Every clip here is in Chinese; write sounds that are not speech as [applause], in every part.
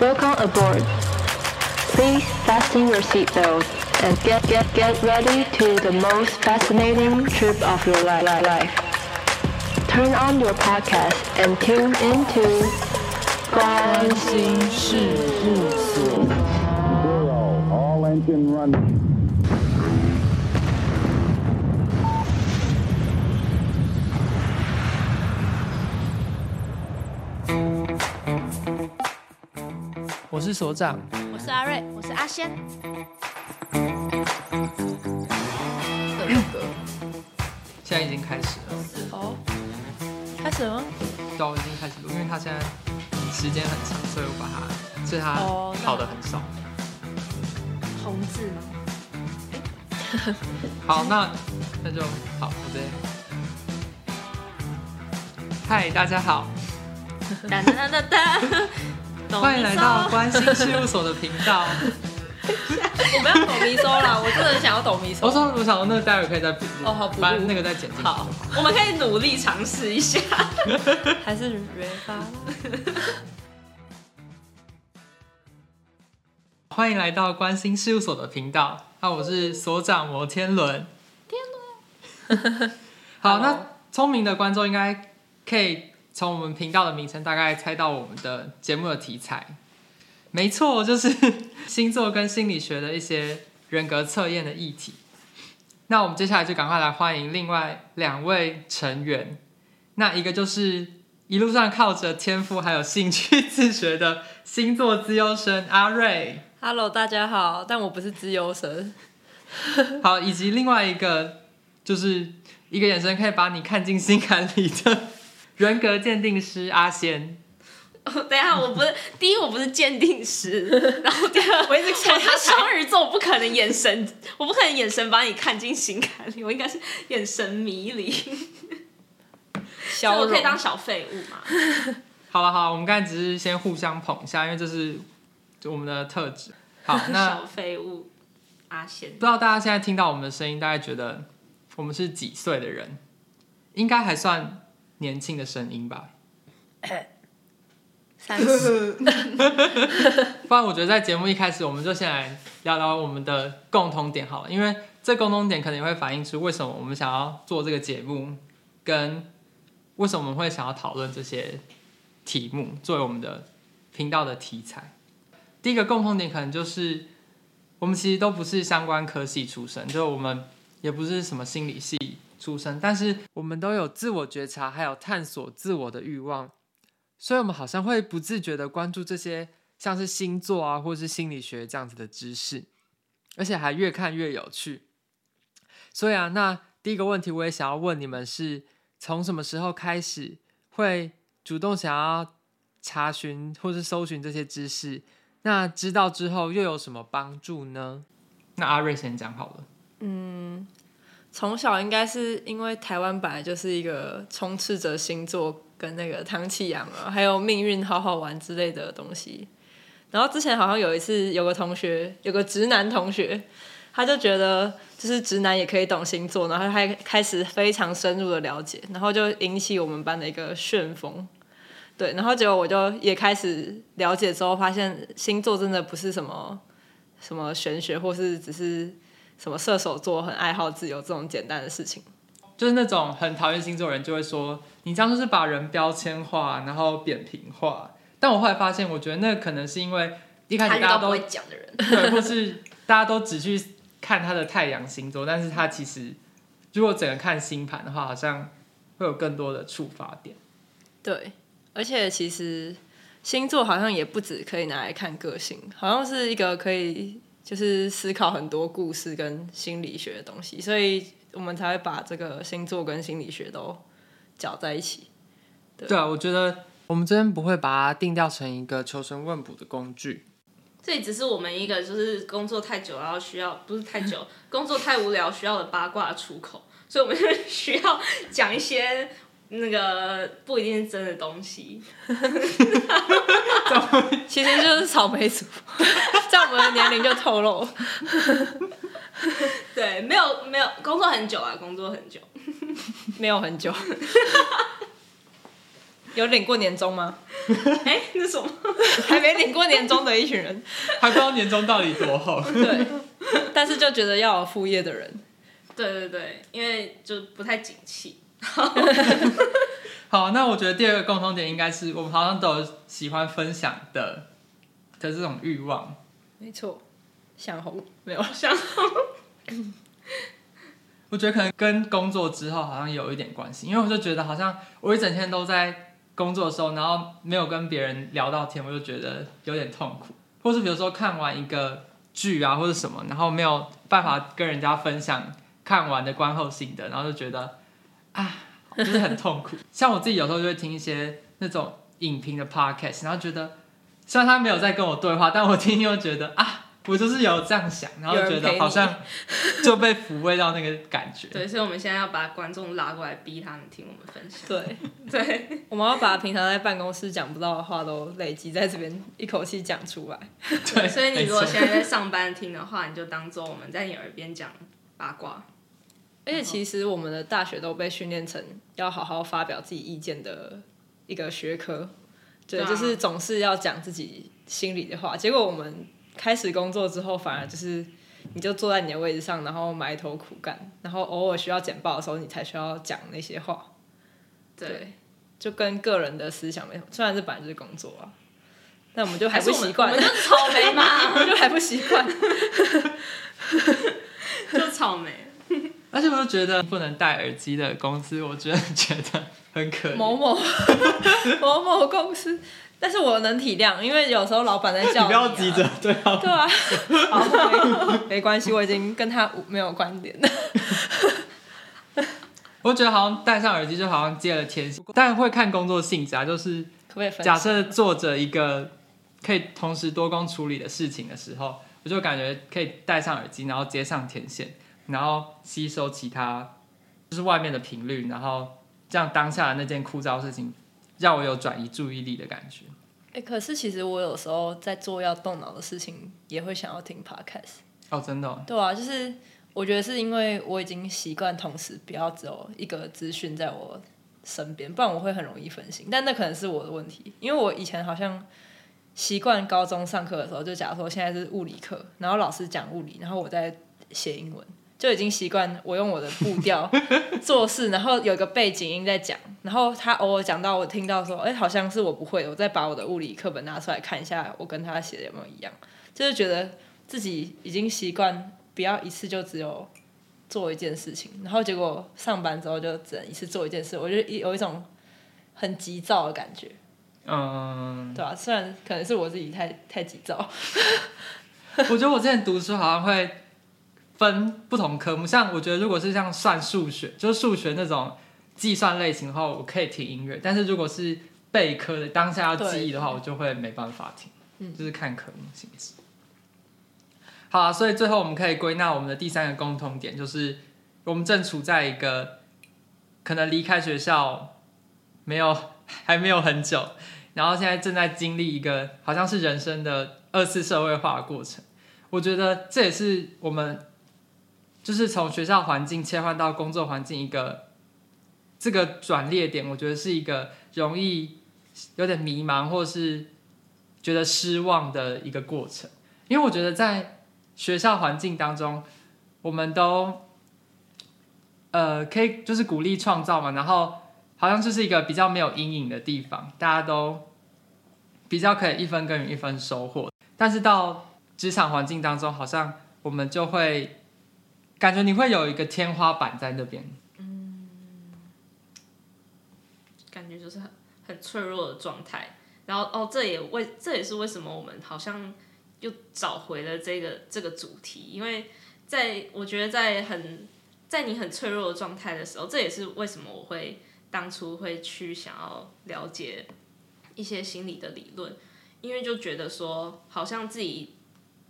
Welcome aboard. Please fasten your seatbelt and get get get ready to the most fascinating trip of your li- li- life. Turn on your podcast and tune into Gone Zero, all engine running. 我是所长，我是阿瑞，我是阿仙。现在已经开始了，开始了吗？对啊，我已经开始录，因为他现在时间很长，所以我把它，所以它哦那好的很少。红字吗？哎 [laughs] 好，那那就好，我直接。嗨，大家好，哒哒哒哒哒。抖欢迎来 [laughs] 到关心事务所的频道。我不要抖迷搜了，我真的很想要抖 [laughs] 迷搜我。说，我想说那个待会可以再补录，哦好补录把那个再剪进去。好，我们可以努力尝试一下。还是原发？欢迎来到关心事务所的频道。那我是所长摩天轮。天轮。好， Hello 那聪明的观众应该可以从我们频道的名称大概猜到我们的节目的题材。没错，就是 [laughs] 星座跟心理学的一些人格测验的议题。那我们接下来就赶快来欢迎另外两位成员。那一个就是一路上靠着天赋还有兴趣自学的星座资优生阿瑞。 Hello，大家好，但我不是自由神，好，以及另外一个就是一个眼神可以把你看进心坎里的 [laughs] 人格鉴定师阿仙。等一下，我不是第一，我不是鉴定师，然后第二，我一直我是双鱼座，我不可能眼神，我不可能眼神把你看进心坎里，我应该是眼神迷离，所以消我可以融。当小废物嘛？好了好了，我们刚才只是先互相捧一下，因为这是就我们的特质。好，那小废 [laughs] 物阿贤不知道大家现在听到我们的声音，大概觉得我们是几岁的人？应该还算年轻的声音吧。三十。不然我觉得在节目一开始，我们就先来聊聊我们的共同点好了，因为这共同点可能也会反映出为什么我们想要做这个节目，跟为什么我们会想要讨论这些题目作为我们的频道的题材。第一个共同点可能就是我们其实都不是相关科系出身，就是我们也不是什么心理系出身，但是我们都有自我觉察，还有探索自我的欲望，所以我们好像会不自觉的关注这些。像是星座啊，或是心理学这样子的知识，而且还越看越有趣。所以啊，那第一个问题我也想要问你们是，从什么时候开始会主动想要查询或是搜寻这些知识？那知道之后又有什么帮助呢？那阿瑞先讲好了。从小应该是因为台湾本来就是一个充斥着星座跟那个唐启阳啊，还有命运好好玩之类的东西。然后之前好像有一次有个同学，有个直男同学，他就觉得就是直男也可以懂星座，然后他还开始非常深入的了解，然后就引起我们班的一个旋风。对，然后结果我就也开始了解之后，发现星座真的不是什么什么玄学，或是只是什么射手座很爱好自由这种简单的事情。就是那种很讨厌星座的人就会说，你这样就是把人标签化，然后扁平化。但我后来发现，我觉得那可能是因为一开他始遇大家到不都会讲的 [laughs] 人，对，或是大家都只去看他的太阳星座，但是他其实如果整个看星盘的话，好像会有更多的触发点。对，而且其实星座好像也不止可以拿来看个性，好像是一个可以就是思考很多故事跟心理学的东西，所以我们才会把这个星座跟心理学都搅在一起。对啊，我觉得我们这边不会把它定调成一个求神问卜的工具。这也只是我们一个就是工作太久，然后需要不是太久，工作太无聊需要的八卦出口，所以我们 [laughs] 就需要讲一些那个不一定是真的东西。其实就是草莓族， [laughs] 在我们的年龄就透露。对，没有没有，工作很久啊，工作很久。没有很久。有领过年终吗？哎、那什么？ [laughs] 还没领过年终的一群人，还不知道年终到底多厚。 [laughs] 对，但是就觉得要有副业的人，对对对，因为就不太景气。好，那我觉得第二个共同点应该是我们好像都有喜欢分享的的这种欲望。没错，想红没有想我觉得可能跟工作之后好像有一点关系，因为我就觉得好像我一整天都在工作的时候，然后没有跟别人聊到天，我就觉得有点痛苦。或是比如说看完一个剧啊或者什么，然后没有办法跟人家分享看完的观后心得，然后就觉得啊，就是很痛苦。 [laughs] 像我自己有时候就会听一些那种影评的 podcast，然后觉得虽然他没有在跟我对话，但我听又觉得啊。我就是有这样想，然后有觉人陪得你好像 [laughs] 就被抚慰到那个感觉。对，所以我们现在要把观众拉过来，逼他们听我们分享。对，对， [laughs] 我们要把平常在办公室讲不到的话都累积在这边，一口气讲出来。对，所以你如果没错现在在上班听的话，你就当做我们在你耳边讲八卦。而且其实我们的大学都被训练成要好好发表自己意见的一个学科，对，对啊就是总是要讲自己心里的话。结果我们开始工作之后，反而就是你就坐在你的位置上，然后埋头苦干，然后偶尔需要简报的时候，你才需要讲那些话。对，就跟个人的思想没有，虽然这本来就是工作啊，但我们就还不是我们习惯，我们就是草莓嘛，就还不习 [laughs] 惯。就草莓。而且我就觉得不能戴耳机的公司，我真的觉得很可某怜。啊某 [laughs] 某某公司，但是我能体谅，因为有时候老板在叫你不要啊急着对啊，[laughs] 对啊，好没没关系，我已经跟他无没有关联 [laughs] 了。我觉得好像戴上耳机就好像接了天线，但会看工作性质啊。就是可不可以分假享？设做着一个可以同时多工处理的事情的时候，我就感觉可以戴上耳机，然后接上天线，然后吸收其他就是外面的频率，然后这样当下的那件枯燥事情，让我有转移注意力的感觉。哎、可是其实我有时候在做要动脑的事情，也会想要听 podcast。哦，真的哦、对啊，就是我觉得是因为我已经习惯同时不要只有一个资讯在我身边，不然我会很容易分心。但那可能是我的问题，因为我以前好像习惯高中上课的时候，就假如说现在是物理课，然后老师讲物理，然后我在写英文，就已经习惯我用我的步调做事，然后有一个背景音在讲，然后他偶尔讲到我听到说，哎、好像是我不会的，我再把我的物理课本拿出来看一下，我跟他写的有没有一样，就是觉得自己已经习惯不要一次就只有做一件事情，然后结果上班之后就只能一次做一件事，我就一有一种很急躁的感觉，嗯。对吧、虽然可能是我自己太太急躁， [laughs] 我觉得我之前读书好像会分不同科目，像我觉得如果是像算数学，就是数学那种计算类型的话，我可以听音乐；但是如果是备科的当下要记忆的话，我就会没办法听，就是看科目性质。好、啊，所以最后我们可以归纳我们的第三个共同点，就是我们正处在一个可能离开学校没有 [laughs] 还没有很久，然后现在正在经历一个好像是人生的二次社会化的过程。我觉得这也是我们就是从学校环境切换到工作环境一个这个转捩点，我觉得是一个容易有点迷茫或是觉得失望的一个过程。因为我觉得在学校环境当中，我们都呃可以就是鼓励创造嘛，然后好像就是一个比较没有阴影的地方，大家都比较可以一分耕耘一分收获。但是到职场环境当中，好像我们就会感觉你会有一个天花板在那边。感觉就是很很脆弱的状态。然后哦，这也为这也是为什么我们好像又找回了这个这个主题，因为在我觉得在很在你很脆弱的状态的时候，这也是为什么我会当初会去想要了解一些心理的理论，因为就觉得说好像自己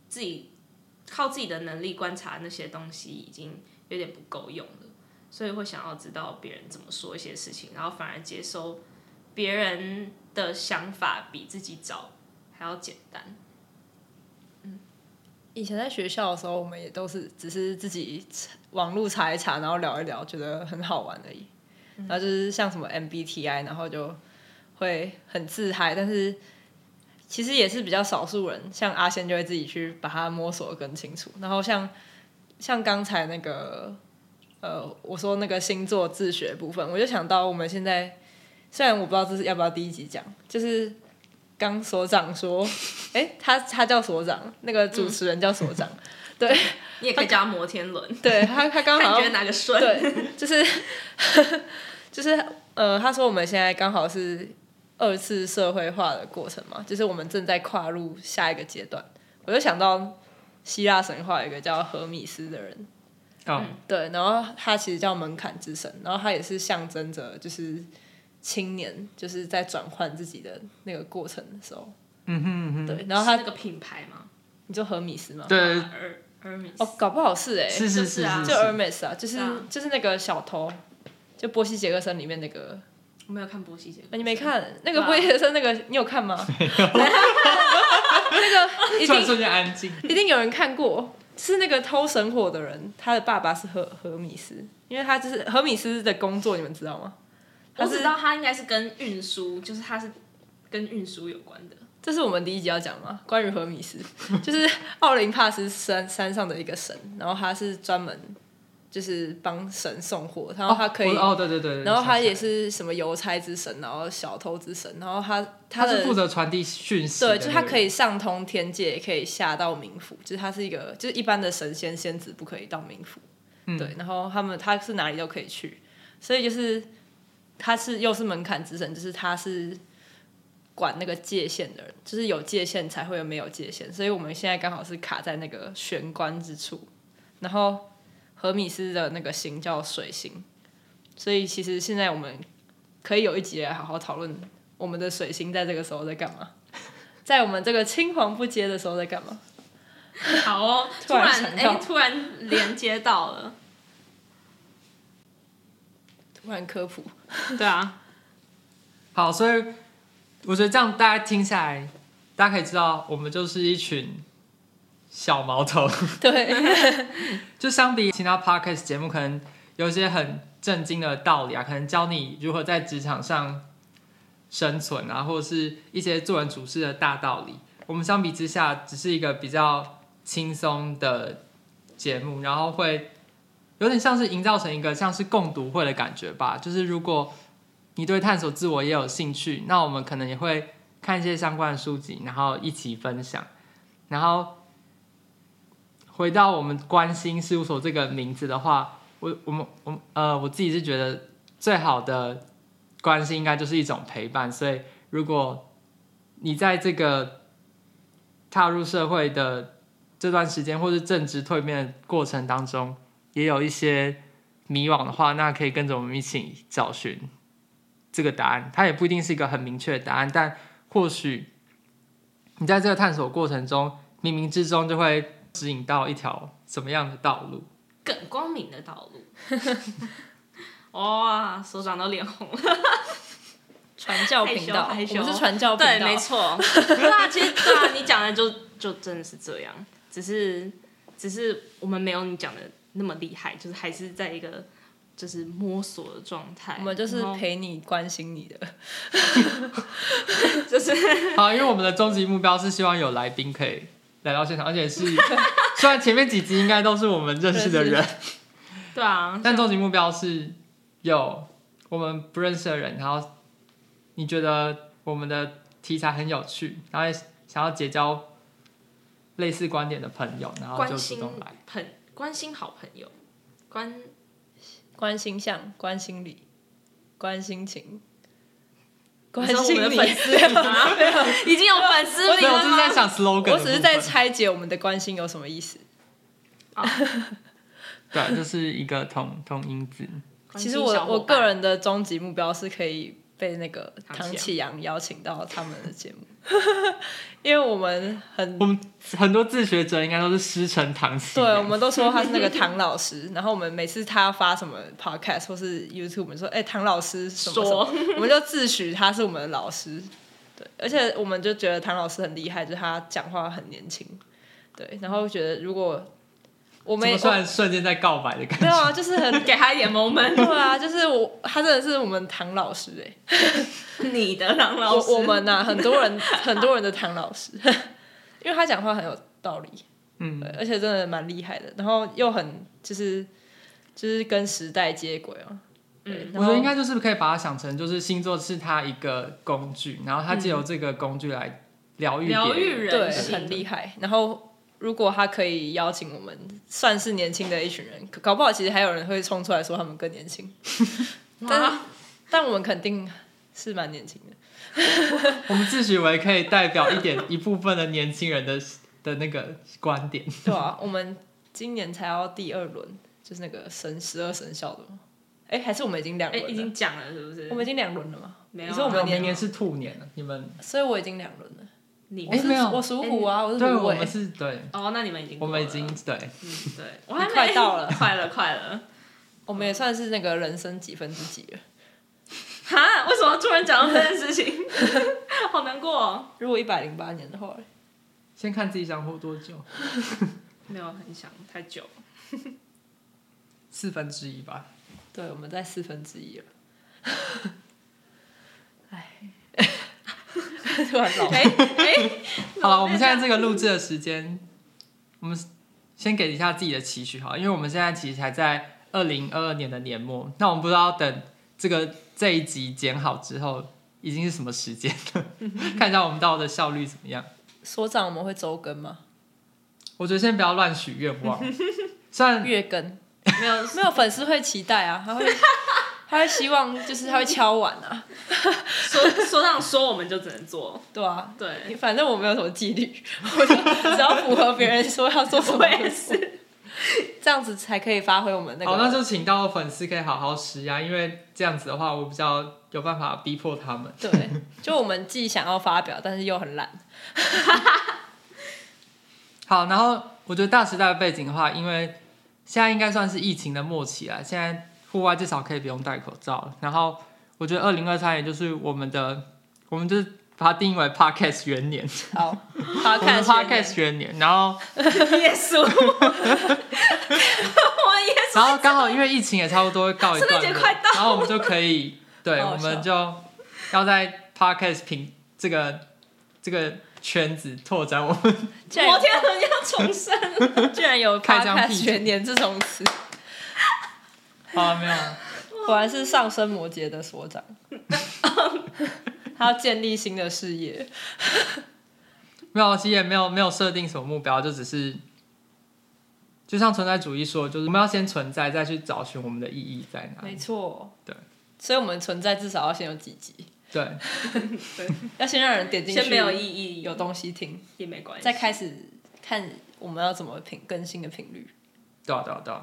自己靠自己的能力观察那些东西已经有点不够用了。所以会想要知道别人怎么说一些事情，然后反而接收别人的想法比自己早还要简单。以前在学校的时候，我们也都是只是自己网络查一查，然后聊一聊，觉得很好玩而已。然后就是像什么 MBTI，然后就会很自嗨，但是其实也是比较少数人，像阿仙就会自己去把它摸索得更清楚。然后像像刚才那个呃，我说那个星座自学部分，我就想到我们现在虽然我不知道这是要不要第一集讲，就是刚所长说，诶，哎他他叫所长，那个主持人叫所长，对你也可以叫他摩天轮，对， [laughs] 他他刚 [laughs] 看好像你觉得哪个顺。对，就是就是呃，他说我们现在刚好是二次社会化的过程嘛，就是我们正在跨入下一个阶段。我就想到希腊神话有一个叫荷米斯的人，哦，对，然后他其实叫门槛之神，然后他也是象征着就是青年就是在转换自己的那个过程的时候，嗯哼嗯哼，对，然后他是那个品牌吗？你就荷米斯嘛，对，而而米斯哦，搞不好是哎、是就是是是啊嗯是，就是 Hermes 啊，就是、嗯就是那个小偷，就波西·杰克森里面那个。我没有看波西姐，啊你没看那个对啊波先生那个，你有 [laughs] 看吗？那个一突然定瞬间安静。一定有人看过，是那个偷神火的人，他的爸爸是荷荷米斯，因为他就是荷米斯的工作，你们知道吗？他我是只知道它应该是跟运输，就是它是跟运输有关 [laughs] 的。这是我们第一集要讲嘛，关于荷米斯，就是奥林帕斯山山上的一个神，然后他是专门就是帮神送货，然后他可以，哦，对对对对。然后他也想起是什么邮差之神，然后小偷之神，然后他来他了，的他是负责传递讯息的那对，个人，就是他可以上通天界，也可以下到冥府，就是他是一个，就是一般的神仙仙子不可以到冥府。嗯对，然后他们他是哪里都可以去，所以就是他是又是门槛之神，就是他是管那个界限的人，就是有界限才会有没有界限，所以我们现在刚好是卡在那个玄关之处。然后荷米斯的那个星叫水星，所以其实现在我们可以有一集来好好讨论我们的水星在这个时候在干嘛。在我们这个青黄不接的时候在干嘛？好哦，突突然然想哎、到突然连接到了，突然科普，对啊，好，所以我觉得这样大家听下来，大家可以知道，我们就是一群小毛头。 [laughs] 对就相比其他 podcast 节目，可能有一些很震惊的道理啊，可能教你如何在职场上生存啊，或者是一些做人处事的大道理。我们相比之下，只是一个比较轻松的节目，然后会有点像是营造成一个像是共读会的感觉吧。就是如果你对探索自我也有兴趣，那我们可能也会看一些相关的书籍，然后一起分享，然后。回到我们关心事务所这个名字的话，我我们我们呃，我自己是觉得最好的关心应该就是一种陪伴。所以，如果你在这个踏入社会的这段时间，或是正值蜕变的过程当中，也有一些迷惘的话，那可以跟着我们一起找寻这个答案。它也不一定是一个很明确的答案，但或许你在这个探索过程中，冥冥之中就会指引到一条什么样的道路。更光明的 [laughs] 道路。哇，手掌都脸红了。传教频道，我害羞害羞们是传教频道，对，没。 [laughs] 错。对啊，其实对啊，你讲的就就真的是这样，只是只是我们没有你讲的那么厉害，就是还是在一个就是摸索的状态。我们就是然后陪你关心你的，就是好，因为我们的终极目标是希望有来宾可以来到现场，而且是 [laughs] 虽然前面几集应该都是我们认识的人认，对啊，但终极目标是有我们不认识的人，然后你觉得我们的题材很有趣，然后也想要结交类似观点的朋友，然后就关主心动来。朋关心好朋友，关关心相，关心理，关心情，关你说我心们的你。粉丝吗？ [laughs] 已经有粉丝所以 [laughs] 名我了就是在吗？想 slogan，我只是的部在分拆解我们的关心有什么意思。对，这是一个同同音字。其实我我个人的终极目标是可以被那个唐启阳邀请到他们的节目， [laughs] 因为我们很我们很多自学者应该都是师承唐启对，阳我们都说他是那 [laughs] 个唐老师，然后我们每次他发什么 podcast 或是 YouTube，我们说哎、唐老师什么什么，我们就自诩他是我们的老师。对，而且我们就觉得唐老师很厉害，就是他讲话很年轻。对，然后觉得如果我怎们哦么算瞬间在告白的感没有觉？ [laughs] 啊，就是很 [laughs] 给他一点 moment，对啊，就是我他真的是我们唐老师哎、你的唐老我师，我们呐、很多人很多人的唐老师， [laughs] 因为他讲话很有道理，嗯对，而且真的蛮厉害的，然后又很就是就是跟时代接轨哦、嗯，我觉得应该就是可以把它想成，就是星座是它一个工具，然后它借由这个工具来疗愈别 [laughs] 疗愈人。人对，性，很厉害。然后如果他可以邀请我们，算是年轻的一群人，可搞不好其实还有人会冲出来说他们更年轻，但是啊但我们肯定是蛮年轻的。我们自诩为可以代表一点一部分的年轻人的的那个观点。对啊，我们今年才要第二轮，就是那个神十二生肖的嘛。哎，还是我们已经两哎，轮了？已经讲了是不是？我们已经两轮了吗？没有啊你说我我们明年，年是兔年了，你们所以我已经两轮了。你哎是没有我属虎啊，我是对虎我尾们。是对，哦，那你们已经我过了们已经对嗯对，我还没快到了 [laughs] 快了快了。我们也算是那个人生几分之几了。哈，为什么突然讲到这件事情？ [laughs] 好难过、哦。如果一百零八年的话嘞，先看自己想活多久，没有很想太久了，四分之一吧。对，我们在四分之一了。 [laughs] 哎， [laughs] 突然老。好了，我们现在这个录制的时间，我们先给一下自己的期许好了，因为我们现在其实还在二零二二年的年末，那我们不知道等这个这一集剪好之后，已经是什么时间了，看一下我们到的效率怎么样。所长，我们会周更吗？我觉得先不要乱许愿望，虽 [laughs] 然月更？没有没有粉丝会期待啊，[laughs] 他会他会希望就是他会敲碗啊，说说这样说，我们就只能做。对啊，对，反正我没有什么纪律，我就只要符合别人说要做什么，我也是，这样子才可以发挥我们那个。好，那就请到粉丝可以好好施压，因为这样子的话，我比较有办法逼迫他们。对，就我们既想要发表，但是又很懒。好，然后我觉得大时代的背景的话，因为现在应该算是疫情的末期了，现在户外至少可以不用戴口罩了。然后我觉得二零二三年就是我们的，我们就是把它定义为 podcast 元年，好我们的，podcast [laughs] podcast 元年。然后，耶稣，我耶稣，然后刚好因为疫情也差不多告一段圣诞节落快到，了然后我们就可以，对，好好我笑们就要在 podcast 平这个这个圈子拓展我们。 [laughs] 居然摩天轮要重生，居然有开疆辟 podcast 土元年这种词，好、啊，没有。果然是上升摩羯的所 [laughs] 长，他要建立新的事业。没有，其实也没有没有设定什么目标，就只是，就像存在主义说，就是我们要先存在，再去找寻我们的意义在哪里。错，对所以我们存在至少要先有几集，对，要先让人点进去，先没有意义，有东西听，也没关系。再开始看我们要怎么频更新的频率。对啊，对啊，对啊。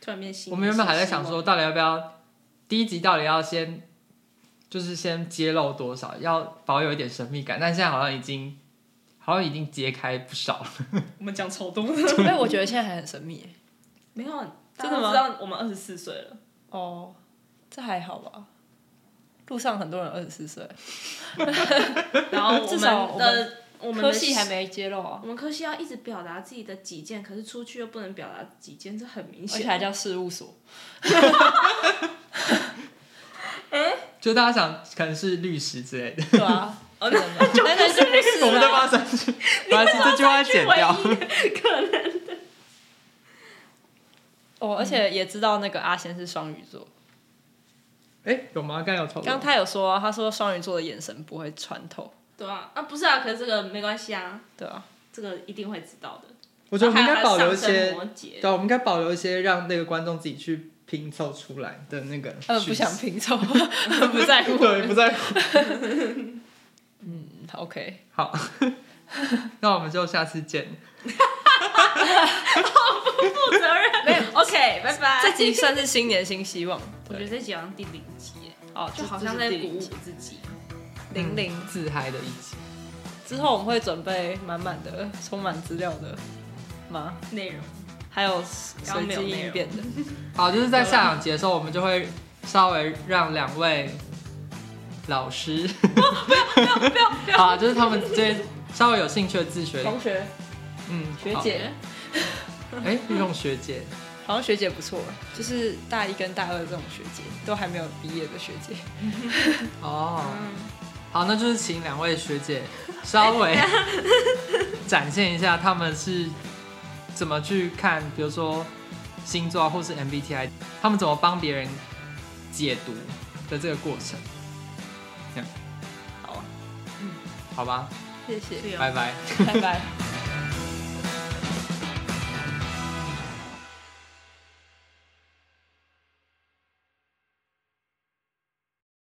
突然变新，我们原本还在想说，到底要不要第一集到底要先，就是先揭露多少，要保有一点神秘感，但现在好像已经，好像已经揭开不少了。 [laughs] 我们讲超多，所以我觉得现在还很神秘耶。没有，真的吗大家都知道我们二十四岁了，哦，这还好吧？路上很多人二十四岁，然后我至少我们们的我们的科系还，没揭露啊我，们科系要一直表达自己的己见，可是出去又不能表达己见，这很明而且显。还叫事务所。啊就大家想，可能是律师之类的， [laughs] 对啊，哦可能吧但那就不是 [laughs] 我们再啊把它删去，把这句话剪掉。可能哦，而且也知道那个阿仙是双鱼座，哎，有吗？刚刚有透露。刚刚他有说啊、他说双鱼座的眼神不会穿透，对啊，啊不是啊，可是这个没关系啊，对啊，这个一定会知道的。我觉得我们应还有该保留一还有上些升摩，羯对，我们应该保留一些让那个观众自己去拼凑出来的那个叙事。呃他们不想拼 [laughs] 凑，不在 [laughs] 乎。对，不在乎。嗯，OK， [laughs] 好， [laughs] 那我们就下次见。负 [laughs] 责任，没有 OK，拜拜。这集算是新年新希望，我觉得这集好像第零集耶，哦，就好像在鼓舞自己。哦零零嗯自嗨的一集，之后，我们会准备满满的、充满资料的吗？内容还有随机应变 [laughs] 的，好，就是在下两集的时候，我们就会稍微让两位老师， [laughs] 啊，就是他们这些稍微有兴趣的自学，学嗯，学好，姐哎，运用学姐，好像学姐不错，就是大一跟大二这种学姐，都还没有毕业的学 [laughs] 姐。哦，好，那就是请两位学姐稍 [laughs] 微展现一下他们是怎么去看，比如说星座啊或是 MBTI，他们怎么帮别人解读的这个过程。这样，好啊，好吧，谢谢，对啊拜拜。拜拜。